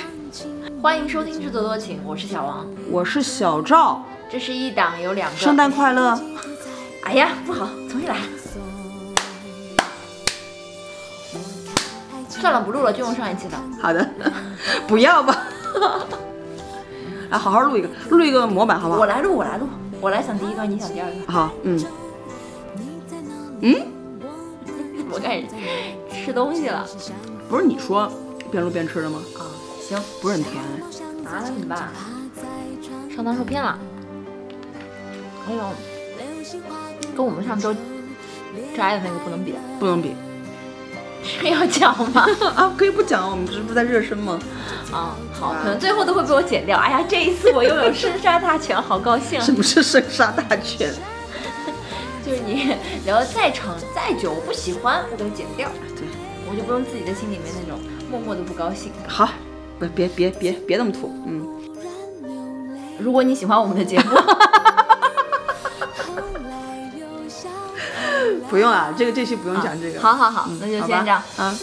Speaker 1: 欢迎收听《制作多情》，我是小王。
Speaker 2: 我是小赵，
Speaker 1: 这是一档有两个
Speaker 2: 圣诞快乐。
Speaker 1: 哎呀，不好，重新来。算了，不录了，就用上一期的。
Speaker 2: 好的， 不要吧。来，好好录一个，录一个模板，好不
Speaker 1: 我
Speaker 2: 好？
Speaker 1: 来录，我来录，我来想第一段，你想第二段。
Speaker 2: 好，嗯，
Speaker 1: 我开始吃东西了
Speaker 2: 不是你说边录边吃的吗？
Speaker 1: 啊，行，
Speaker 2: 不是很甜，
Speaker 1: 拿了怎么办？上当受骗了。哎呦，跟我们上周摘的那个不能比，
Speaker 2: 不能比。
Speaker 1: 是要讲吗？
Speaker 2: 啊，可以不讲，我们这不是在热身吗？
Speaker 1: 啊，好，可能最后都会被我剪掉。哎呀，这一次我拥有生杀大权，好高兴啊
Speaker 2: 什！么是生杀大权？
Speaker 1: 就是你聊的再长再久，我不喜欢我给它剪掉，
Speaker 2: 对，
Speaker 1: 我就不用自己在心里面那种默默的不高兴。
Speaker 2: 好，不别别别别那么土，嗯，
Speaker 1: 如果你喜欢我们的节目，
Speaker 2: 不用啊，这个这期不用讲这个。
Speaker 1: 好好好，那就
Speaker 2: 好
Speaker 1: 先
Speaker 2: 嗯吧
Speaker 1: 这样，
Speaker 2: 啊，